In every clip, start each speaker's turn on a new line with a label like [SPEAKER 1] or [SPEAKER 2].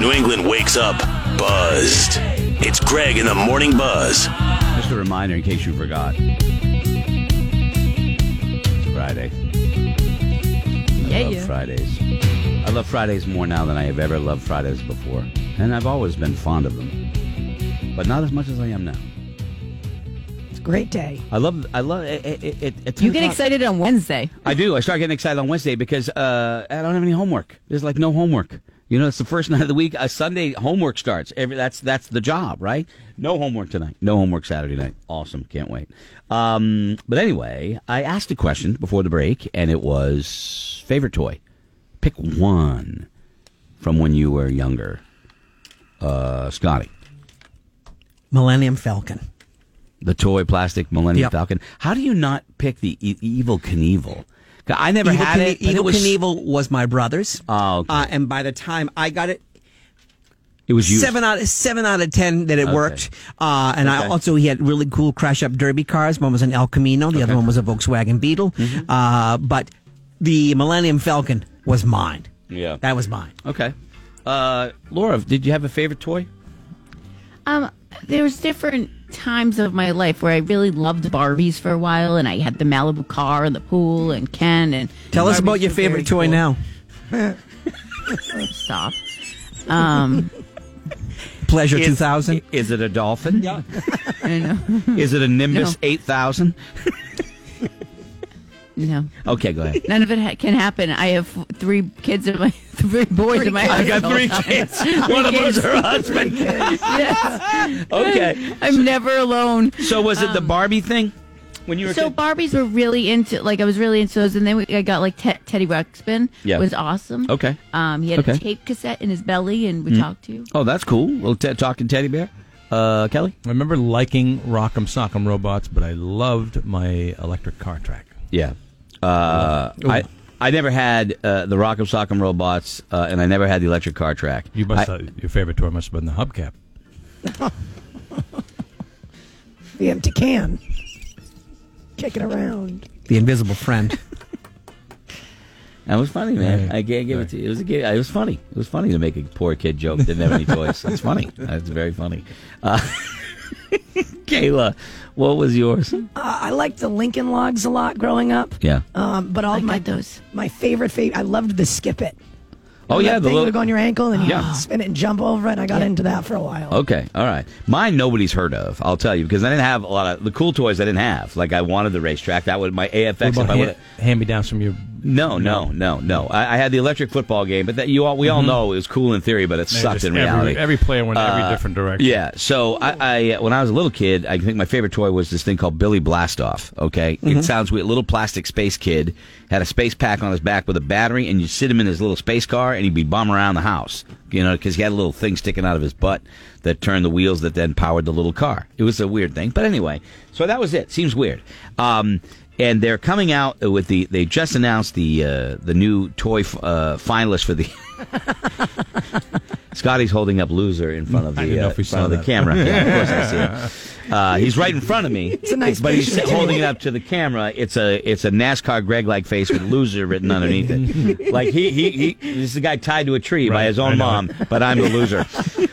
[SPEAKER 1] New England wakes up buzzed. It's Greg in the Morning Buzz.
[SPEAKER 2] Just a reminder in case you forgot. It's Friday. I
[SPEAKER 3] Yeah,
[SPEAKER 2] love
[SPEAKER 3] yeah.
[SPEAKER 2] Fridays. I love Fridays more now than I have ever loved Fridays before. And I've always been fond of them. But not as much as I am now.
[SPEAKER 3] It's a great day.
[SPEAKER 2] I love I love it, it, it, it, at 10
[SPEAKER 3] You get
[SPEAKER 2] o'clock-
[SPEAKER 3] excited on Wednesday.
[SPEAKER 2] I do. I start getting excited on Wednesday because uh, I don't have any homework. There's like no homework. You know, it's the first night of the week. A Sunday homework starts. Every that's that's the job, right? No homework tonight. No homework Saturday night. Awesome. Can't wait. Um, but anyway, I asked a question before the break, and it was favorite toy. Pick one from when you were younger. Uh, Scotty,
[SPEAKER 4] Millennium Falcon.
[SPEAKER 2] the toy plastic Millennium
[SPEAKER 4] Yep.
[SPEAKER 2] Falcon. How do you not pick the e- evil Knievel? I never
[SPEAKER 4] Evil,
[SPEAKER 2] had
[SPEAKER 4] Knie-
[SPEAKER 2] it. but
[SPEAKER 4] Evil
[SPEAKER 2] it was
[SPEAKER 4] Knievel was my brother's.
[SPEAKER 2] Oh, okay.
[SPEAKER 4] Uh, and by the time I got it,
[SPEAKER 2] It was used.
[SPEAKER 4] seven out seven out of ten that it worked. Uh, and I
[SPEAKER 2] Okay.
[SPEAKER 4] also he had really cool crash up derby cars. One was an El Camino, the other one was a Volkswagen Beetle. Uh, but the Millennium Falcon was mine.
[SPEAKER 2] Yeah.
[SPEAKER 4] that was mine.
[SPEAKER 2] Okay. Uh, Laura, did you have a favorite toy?
[SPEAKER 3] Um, there was different times of my life where I really loved Barbies for a while, and I had the Malibu car and the pool and Ken and.
[SPEAKER 4] Tell us
[SPEAKER 3] Barbies
[SPEAKER 4] about your
[SPEAKER 3] were very
[SPEAKER 4] favorite toy
[SPEAKER 3] cool.
[SPEAKER 4] now.
[SPEAKER 3] Stop. Um,
[SPEAKER 4] Pleasure two thousand.
[SPEAKER 2] Is it a dolphin? Yeah. is it a Nimbus
[SPEAKER 3] No.
[SPEAKER 2] 8000?
[SPEAKER 3] no,
[SPEAKER 2] Okay, go ahead.
[SPEAKER 3] none of it ha- can happen. I have f- three kids in my three boys in my house.
[SPEAKER 2] I got
[SPEAKER 3] all
[SPEAKER 2] three
[SPEAKER 3] the time.
[SPEAKER 2] kids. One of them's her husband.
[SPEAKER 3] Yes.
[SPEAKER 2] Okay.
[SPEAKER 3] I'm never alone.
[SPEAKER 2] So was it the Barbie thing Um, when you were a
[SPEAKER 3] So
[SPEAKER 2] kid?
[SPEAKER 3] Barbies were really into like I was really into those, and then we, I got like te- Teddy Ruxpin.
[SPEAKER 2] Yeah.
[SPEAKER 3] was awesome.
[SPEAKER 2] Okay.
[SPEAKER 3] um, he had
[SPEAKER 2] Okay.
[SPEAKER 3] a tape cassette in his belly, and we talked to.
[SPEAKER 2] Oh, that's cool. Little te- talking teddy bear. Uh, Kelly?
[SPEAKER 5] I remember liking Rock'em Sock'em Robots, but I loved my electric car track.
[SPEAKER 2] Yeah. Uh, I I never had uh, the Rock'em Sock'em robots, uh, and I never had the electric car track.
[SPEAKER 5] You must
[SPEAKER 2] I-
[SPEAKER 5] have, your favorite toy must have been the hubcap.
[SPEAKER 6] The empty can. Kick it around.
[SPEAKER 4] The Invisible Friend.
[SPEAKER 2] That was funny, man.
[SPEAKER 5] Right.
[SPEAKER 2] I can't give it to you. It was a gi- It was funny. It was funny to make a poor kid joke. Didn't have any toys. It's funny. That's very funny. Uh, Kayla, what was yours?
[SPEAKER 6] Uh, I liked the Lincoln Logs a lot growing up.
[SPEAKER 2] Yeah.
[SPEAKER 6] Um, but all
[SPEAKER 3] I
[SPEAKER 6] my
[SPEAKER 3] got those.
[SPEAKER 6] my favorite favorite I loved the skip it.
[SPEAKER 2] Oh yeah,
[SPEAKER 6] that
[SPEAKER 2] the
[SPEAKER 6] thing
[SPEAKER 2] little.
[SPEAKER 6] would go on your ankle and you
[SPEAKER 2] Yeah.
[SPEAKER 6] spin it and jump over it. I got into that for a while.
[SPEAKER 2] Okay, all right. Mine nobody's heard of. I'll tell you because I didn't have a lot of the cool toys. I didn't have like I wanted the racetrack. That would my AFX. If I would
[SPEAKER 5] hand me downs from your.
[SPEAKER 2] no, no, no, no. I, I had the electric football game, but that you all we all know it was cool in theory, but it
[SPEAKER 5] Yeah,
[SPEAKER 2] sucked
[SPEAKER 5] Mm-hmm. just
[SPEAKER 2] in
[SPEAKER 5] every-
[SPEAKER 2] reality. Uh,
[SPEAKER 5] every player went every different direction.
[SPEAKER 2] Yeah. So I, I, when I was a little kid, I think my favorite toy was this thing called Billy Blastoff. Okay, it sounds weird. Little plastic space kid had a space pack on his back with a battery, and you sit him in his little space car, and he'd be bombing around the house. You know, because he had a little thing sticking out of his butt that turned the wheels that then powered the little car. It was a weird thing, but anyway. So that was it. Seems weird. Um, and they're coming out with the. They just announced the uh, the new toy f- uh, finalist for the. Scotty's holding up loser in front of
[SPEAKER 5] I didn't
[SPEAKER 2] the,
[SPEAKER 5] know
[SPEAKER 2] uh,
[SPEAKER 5] if we
[SPEAKER 2] front of the
[SPEAKER 5] saw that.
[SPEAKER 2] camera. Yeah, of course I see it. Uh, he's right in front of me. It's
[SPEAKER 6] a nice
[SPEAKER 2] but he's
[SPEAKER 6] picture, too.
[SPEAKER 2] holding it up to the camera. It's a it's a NASCAR Greg like face with loser written underneath it. Like he he, he this is a guy tied to a tree by
[SPEAKER 5] Right,
[SPEAKER 2] his
[SPEAKER 5] I
[SPEAKER 2] own
[SPEAKER 5] know.
[SPEAKER 2] mom, but I'm the loser.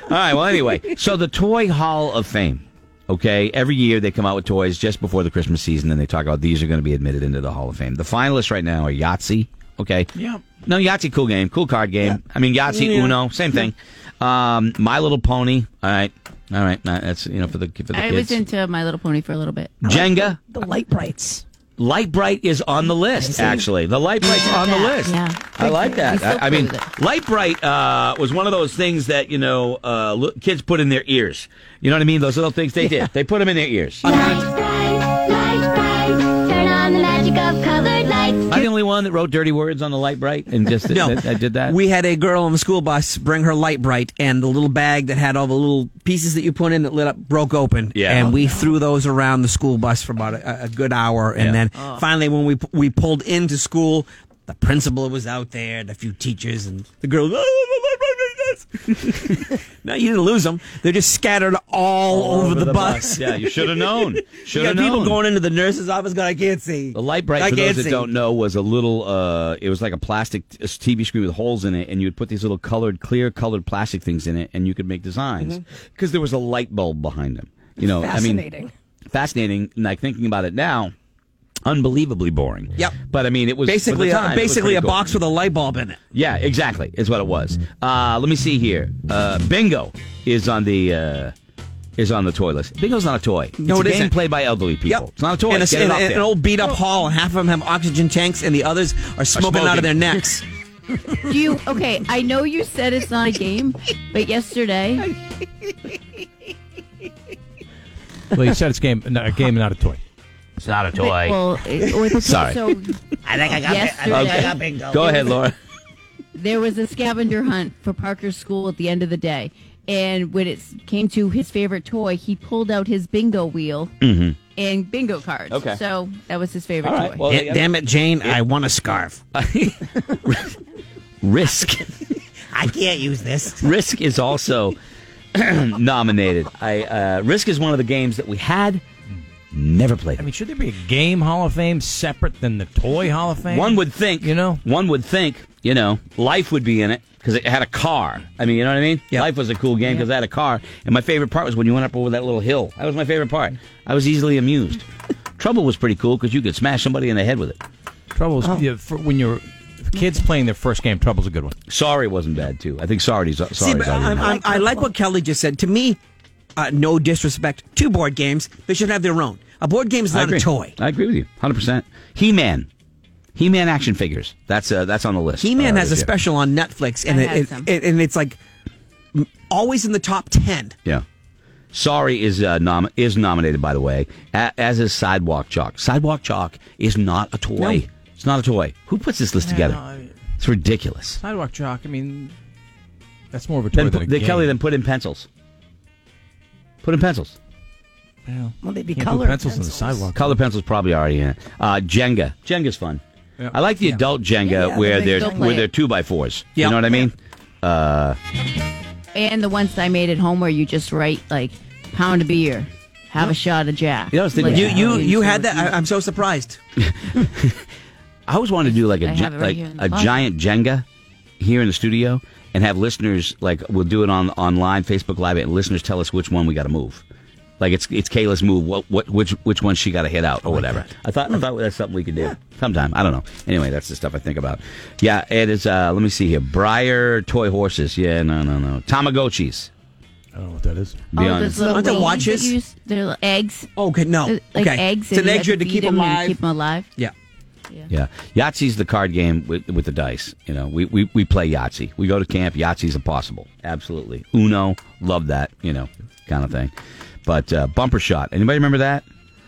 [SPEAKER 2] All right. Well, anyway, so the Toy Hall of Fame. Okay, every year they come out with toys just before the Christmas season, and they talk about these are going to be admitted into the Hall of Fame. The finalists right now are Yahtzee. Okay.
[SPEAKER 5] Yeah.
[SPEAKER 2] No, Yahtzee, cool game, cool card game. I mean, Yahtzee,
[SPEAKER 5] Yeah.
[SPEAKER 2] Uno, same thing. Um, My Little Pony. All right, all right. nah, That's you know for the for the
[SPEAKER 3] I
[SPEAKER 2] kids.
[SPEAKER 3] was into My Little Pony for a little bit.
[SPEAKER 2] Jenga.
[SPEAKER 6] The light brights.
[SPEAKER 2] Light Bright is on the list. Actually, the Light Bright's on the
[SPEAKER 3] that,
[SPEAKER 2] list.
[SPEAKER 3] yeah.
[SPEAKER 2] I like
[SPEAKER 3] We
[SPEAKER 2] that.
[SPEAKER 3] still
[SPEAKER 2] I, I mean,
[SPEAKER 3] play with it.
[SPEAKER 2] Light Bright uh, was one of those things that you know uh, li- kids put in their ears. You know what I mean? Those little things they did. They put them in their ears. Am
[SPEAKER 7] Lights bright, lights bright, turn on the magic of colored lights.
[SPEAKER 2] I the only one that wrote dirty words on the Light Bright and just
[SPEAKER 4] No,
[SPEAKER 2] that, that did that?
[SPEAKER 4] We had a girl on the school bus bring her light bright, and the little bag that had all the little pieces that you put in that lit up broke open.
[SPEAKER 2] Yeah.
[SPEAKER 4] and we threw those around the school bus for about a, a good hour, and
[SPEAKER 2] Yeah.
[SPEAKER 4] then finally, when we we pulled into school. The principal was out there, and a few teachers, and the girl. no, you didn't lose them. They're just scattered all, over, the, bus.
[SPEAKER 2] yeah, you should have known.
[SPEAKER 4] You
[SPEAKER 2] Should
[SPEAKER 4] got
[SPEAKER 2] have known.
[SPEAKER 4] people going into the nurse's office going, I can't see.
[SPEAKER 2] The light bright
[SPEAKER 4] I
[SPEAKER 2] for
[SPEAKER 4] can't
[SPEAKER 2] those that
[SPEAKER 4] see."
[SPEAKER 2] don't know was a little. Uh, it was like a plastic t- TV screen with holes in it, and you would put these little colored, clear colored plastic things in it, and you could make designs
[SPEAKER 4] Mm-hmm.
[SPEAKER 2] because there was a light bulb behind them. You know, I mean,
[SPEAKER 6] Fascinating.
[SPEAKER 2] fascinating. Like thinking about it now, unbelievably boring.
[SPEAKER 4] Yep.
[SPEAKER 2] But I mean, it was for the
[SPEAKER 4] Basically, a-
[SPEAKER 2] time, it was
[SPEAKER 4] basically
[SPEAKER 2] pretty
[SPEAKER 4] a
[SPEAKER 2] cool.
[SPEAKER 4] box with a light bulb in it.
[SPEAKER 2] Yeah, exactly. Is what it was. Uh, let me see here. Uh, bingo is on the uh, is on the toy list. Bingo's not a toy.
[SPEAKER 4] No,
[SPEAKER 2] it's a
[SPEAKER 4] it
[SPEAKER 2] game
[SPEAKER 4] isn't.
[SPEAKER 2] played by elderly people.
[SPEAKER 4] Yep.
[SPEAKER 2] It's not a toy.
[SPEAKER 4] And, a-
[SPEAKER 2] Get it
[SPEAKER 4] and-
[SPEAKER 2] off
[SPEAKER 4] and
[SPEAKER 2] there.
[SPEAKER 4] an old beat up hall, and half of them have oxygen tanks, and the others are smoking, out
[SPEAKER 2] smoking.
[SPEAKER 4] of their necks.
[SPEAKER 3] Do you okay? I know you said it's not a game, but yesterday,
[SPEAKER 5] Well, you said it's game, not a game, not a toy.
[SPEAKER 2] It's not a toy.
[SPEAKER 3] well, it- with-
[SPEAKER 2] Sorry.
[SPEAKER 3] So
[SPEAKER 4] I think I got
[SPEAKER 3] yesterday,
[SPEAKER 2] Go ahead, Laura.
[SPEAKER 3] there was a scavenger hunt for Parker's school at the end of the day. And when it s- came to his favorite toy, he pulled out his bingo wheel and bingo cards.
[SPEAKER 2] Mm-hmm. Okay.
[SPEAKER 3] So that was his favorite toy.
[SPEAKER 4] damn it, Jane, I want a scarf.
[SPEAKER 2] Risk.
[SPEAKER 4] I can't use this.
[SPEAKER 2] Risk is also nominated. I uh, Risk is one of the games that we had never played.
[SPEAKER 5] I mean, should there be a game Hall of Fame separate than the toy Hall of Fame?
[SPEAKER 2] one would think,
[SPEAKER 5] you know.
[SPEAKER 2] one would think, you know, life would be in it because it had a car. I mean, you know what I mean? Life was a cool game because I had a car. And my favorite part was when you went up over that little hill. That was my favorite part. I was easily amused. Trouble was pretty cool because you could smash somebody in the head with it.
[SPEAKER 5] Troubles
[SPEAKER 2] Oh.
[SPEAKER 5] yeah, for when you're kids playing their first game. Trouble's a good one.
[SPEAKER 2] Sorry wasn't bad too. I think sorry's sorry's
[SPEAKER 4] See, but
[SPEAKER 2] already
[SPEAKER 4] I'm,
[SPEAKER 2] bad.
[SPEAKER 4] I'm, I like what Kelly just said. To me, uh, no disrespect to board games, they should have their own. A board game is
[SPEAKER 2] I
[SPEAKER 4] not
[SPEAKER 2] agree.
[SPEAKER 4] a toy.
[SPEAKER 2] I agree with you, hundred percent. He Man, He Man action figures. That's uh, that's on the list.
[SPEAKER 4] He Man
[SPEAKER 2] uh,
[SPEAKER 4] has a
[SPEAKER 2] this year.
[SPEAKER 4] special on Netflix, and
[SPEAKER 3] I
[SPEAKER 4] it,
[SPEAKER 3] had
[SPEAKER 4] it,
[SPEAKER 3] some.
[SPEAKER 4] it- and it's like m- always in the top ten.
[SPEAKER 2] Yeah. Sorry is uh, nom- is nominated by the way, a- as is Sidewalk Chalk. Sidewalk Chalk is not a toy.
[SPEAKER 4] No.
[SPEAKER 2] It's not a toy. Who puts this list together?
[SPEAKER 5] I-
[SPEAKER 2] it's ridiculous.
[SPEAKER 5] uh, Sidewalk chalk. I mean, that's more of a toy
[SPEAKER 2] Then
[SPEAKER 5] than a
[SPEAKER 2] put, then,
[SPEAKER 5] game.
[SPEAKER 2] Kelly, then put in pencils. Put in pencils.
[SPEAKER 5] Well,
[SPEAKER 6] Well, they'd be
[SPEAKER 5] can't put
[SPEAKER 6] colored
[SPEAKER 5] pencils in the
[SPEAKER 6] pencils.
[SPEAKER 5] sidewalk.
[SPEAKER 2] Color pencils probably already in it. Uh, Jenga. Jenga's fun.
[SPEAKER 5] Yeah.
[SPEAKER 2] I like the adult Jenga
[SPEAKER 6] yeah,
[SPEAKER 2] where
[SPEAKER 6] the big
[SPEAKER 2] they're
[SPEAKER 3] don't
[SPEAKER 2] where
[SPEAKER 3] play
[SPEAKER 2] they're
[SPEAKER 3] it.
[SPEAKER 2] two by fours. You
[SPEAKER 4] Yeah.
[SPEAKER 2] know what I mean?
[SPEAKER 3] And the ones I made at home where you just write like pound a beer, have a shot of Jack.
[SPEAKER 2] You know, I was thinking-
[SPEAKER 3] Like,
[SPEAKER 4] You you
[SPEAKER 3] I mean,
[SPEAKER 4] you
[SPEAKER 3] so
[SPEAKER 4] had
[SPEAKER 3] it's
[SPEAKER 4] that. uh, I, I'm so surprised.
[SPEAKER 2] I always wanted to do like a
[SPEAKER 3] I
[SPEAKER 2] gi-
[SPEAKER 3] have it right
[SPEAKER 2] like
[SPEAKER 3] here in the
[SPEAKER 2] a
[SPEAKER 3] closet.
[SPEAKER 2] giant Jenga here in the studio, and have listeners like we'll do it on online Facebook Live, and listeners tell us which one we got to move. Like it's it's Kayla's move. What what which which one she got to hit out or whatever. I thought I thought that's something we could do sometime. I don't know. Anyway, that's the stuff I think about. Yeah, it is. Uh, let me see here. Briar toy horses. Yeah, no, no, no. Tamagotchis.
[SPEAKER 5] I don't know what that is.
[SPEAKER 2] Be
[SPEAKER 3] Oh,
[SPEAKER 2] honest.
[SPEAKER 3] those little
[SPEAKER 4] Aren't they
[SPEAKER 3] wings that
[SPEAKER 4] watches?
[SPEAKER 3] you use- They're li- eggs.
[SPEAKER 4] Okay, no.
[SPEAKER 3] Uh, Like
[SPEAKER 4] okay,
[SPEAKER 3] eggs.
[SPEAKER 4] It's
[SPEAKER 3] and
[SPEAKER 4] an
[SPEAKER 3] you
[SPEAKER 4] egg
[SPEAKER 3] have
[SPEAKER 4] you had to
[SPEAKER 3] feed
[SPEAKER 4] keep
[SPEAKER 3] 'em and
[SPEAKER 4] alive.
[SPEAKER 3] Keep them alive.
[SPEAKER 4] yeah.
[SPEAKER 2] Yeah, Yahtzee's the card game with, with the dice. You know, we, we we play Yahtzee. We go to camp. Yahtzee's impossible. Absolutely. Uno, love that. You know, kind of thing. But uh, bumper shot. Anybody remember that?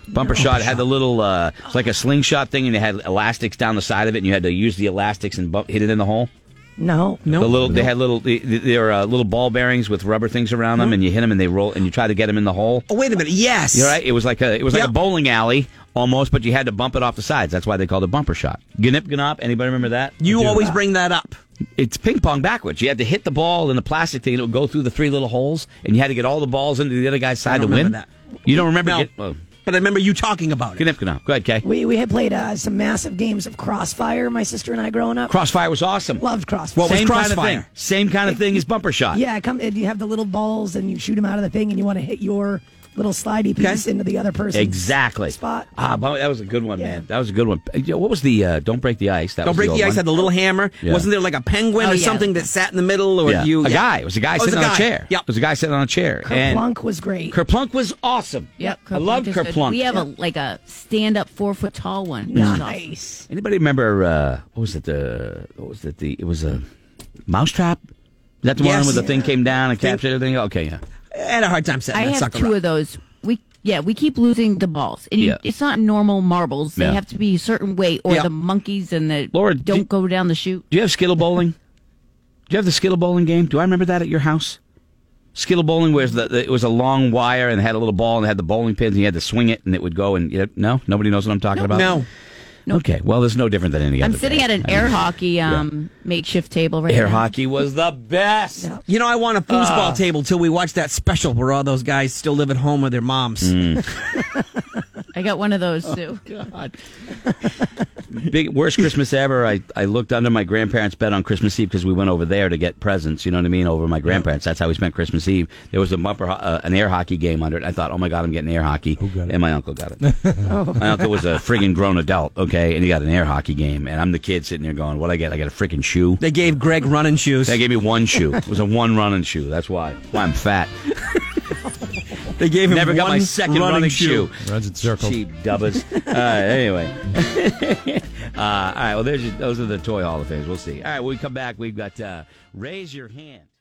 [SPEAKER 2] Bumper shot had the little, uh, it's like a slingshot thing, and it had elastics down the side of it, and you had to use the elastics and bump, hit it in the hole.
[SPEAKER 6] No. No.
[SPEAKER 2] The little, they had little, they, they were uh, little ball bearings with rubber things around them, and you hit them, and they roll, and you try to get them in the hole.
[SPEAKER 4] Oh wait a minute. Yes.
[SPEAKER 2] You're right. It was like a it was like a
[SPEAKER 4] Yep.
[SPEAKER 2] bowling alley almost, but you had to bump it off the sides. That's why they called it bumper shot. Gnip gnop. Anybody remember that?
[SPEAKER 4] You always bring that up.
[SPEAKER 2] It's ping pong backwards. You had to hit the ball in the plastic thing, and it would go through the three little holes, and you had to get all the balls into the other guy's side to
[SPEAKER 4] don't
[SPEAKER 2] win.
[SPEAKER 4] remember that.
[SPEAKER 2] You don't remember?
[SPEAKER 4] No.
[SPEAKER 2] Get, oh,
[SPEAKER 4] But I remember you talking about it.
[SPEAKER 2] gnip gnop. Go ahead, Kay.
[SPEAKER 6] We, we had played uh, some massive games of Crossfire, my sister and I growing up.
[SPEAKER 2] Crossfire was awesome.
[SPEAKER 6] Loved Crossfire.
[SPEAKER 4] What was
[SPEAKER 2] Same kind of
[SPEAKER 4] Crossfire?
[SPEAKER 2] thing. Same kind of thing as bumper shot.
[SPEAKER 6] Yeah, come. And you have the little balls, and you shoot them out of the thing, and you want to hit your little slidey piece
[SPEAKER 4] Okay.
[SPEAKER 6] into the other person.
[SPEAKER 2] Exactly.
[SPEAKER 6] Spot.
[SPEAKER 2] Ah, bu- that was a good one,
[SPEAKER 6] Yeah.
[SPEAKER 2] man. That was a good one. Yeah, What was the uh, don't break the ice? That was
[SPEAKER 4] Don't break
[SPEAKER 2] the, old
[SPEAKER 4] the, ice.
[SPEAKER 2] one.
[SPEAKER 4] Had the little hammer.
[SPEAKER 2] Yeah.
[SPEAKER 4] Wasn't there like a penguin
[SPEAKER 3] Oh,
[SPEAKER 4] or
[SPEAKER 3] yeah.
[SPEAKER 4] something that sat in the middle? Or
[SPEAKER 2] Yeah.
[SPEAKER 4] you?
[SPEAKER 2] a
[SPEAKER 4] yeah.
[SPEAKER 2] guy. It was a guy
[SPEAKER 4] Oh, it was
[SPEAKER 2] sitting
[SPEAKER 4] a
[SPEAKER 2] on a
[SPEAKER 4] guy.
[SPEAKER 2] chair.
[SPEAKER 4] Yep.
[SPEAKER 2] It was a guy sitting on a chair. And-
[SPEAKER 6] Kerplunk was great.
[SPEAKER 2] Kerplunk was awesome.
[SPEAKER 3] Yep.
[SPEAKER 2] I love
[SPEAKER 3] Kerplunk is good.
[SPEAKER 2] Kerplunk.
[SPEAKER 3] We have a like a stand up four foot tall one. which is awesome.
[SPEAKER 6] nice.
[SPEAKER 2] Anybody remember uh, what was it? The what was it? The it was a mousetrap. Is that the one
[SPEAKER 4] Yes.
[SPEAKER 2] where the thing came down and
[SPEAKER 4] Thing-
[SPEAKER 2] captured everything? Okay, yeah.
[SPEAKER 4] I had a hard time setting
[SPEAKER 3] I
[SPEAKER 4] that
[SPEAKER 3] have
[SPEAKER 4] sucker
[SPEAKER 3] two
[SPEAKER 4] up.
[SPEAKER 3] of those. We yeah, we keep losing the balls, and you,
[SPEAKER 2] Yeah.
[SPEAKER 3] it's not normal marbles. They
[SPEAKER 2] Yeah.
[SPEAKER 3] have to be a certain weight, or
[SPEAKER 4] Yeah.
[SPEAKER 3] the monkeys and the
[SPEAKER 2] Laura,
[SPEAKER 3] don't
[SPEAKER 2] do-
[SPEAKER 3] go down the chute.
[SPEAKER 2] Do you have skittle bowling? Do you have the skittle bowling game? Do I remember that at your house? Skittle bowling, where the, the, it was a long wire and had a little ball and had the bowling pins and you had to swing it and it would go and you know, no, nobody knows what I'm talking about.
[SPEAKER 4] No.
[SPEAKER 2] Okay, well, there's no different than any other.
[SPEAKER 3] I'm sitting
[SPEAKER 2] day.
[SPEAKER 3] at an
[SPEAKER 2] I
[SPEAKER 3] air
[SPEAKER 2] mean,
[SPEAKER 3] hockey um, makeshift table right
[SPEAKER 2] Air
[SPEAKER 3] now.
[SPEAKER 2] hockey was the best.
[SPEAKER 4] You know, I want a foosball table till we watch that special where all those guys still live at home with their moms.
[SPEAKER 2] Mm.
[SPEAKER 3] I got one of those too.
[SPEAKER 2] Big worst Christmas ever. I, I looked under my grandparents' bed on Christmas Eve because we went over there to get presents. You know what I mean? Over my grandparents. That's how we spent Christmas Eve. There was a bumper, ho- uh, an air hockey game under it. I thought, oh my god, I'm getting air hockey.
[SPEAKER 5] got it?
[SPEAKER 2] And my uncle got it. My uncle was a friggin' grown adult, okay, and he got an air hockey game, and I'm the kid sitting there going, what I get? I got a friggin' shoe.
[SPEAKER 4] They gave Greg running shoes.
[SPEAKER 2] They gave me one shoe. It was a one running shoe. That's why. Why I'm fat.
[SPEAKER 4] They gave him
[SPEAKER 2] Never got my
[SPEAKER 4] one
[SPEAKER 2] second running, shoe.
[SPEAKER 5] Runs in circles.
[SPEAKER 2] Cheap dubbers. uh, anyway. uh, all right. Well, there's your, those are the toy hall of fames. We'll see. All right. When we come back, we've got uh, raise your hand.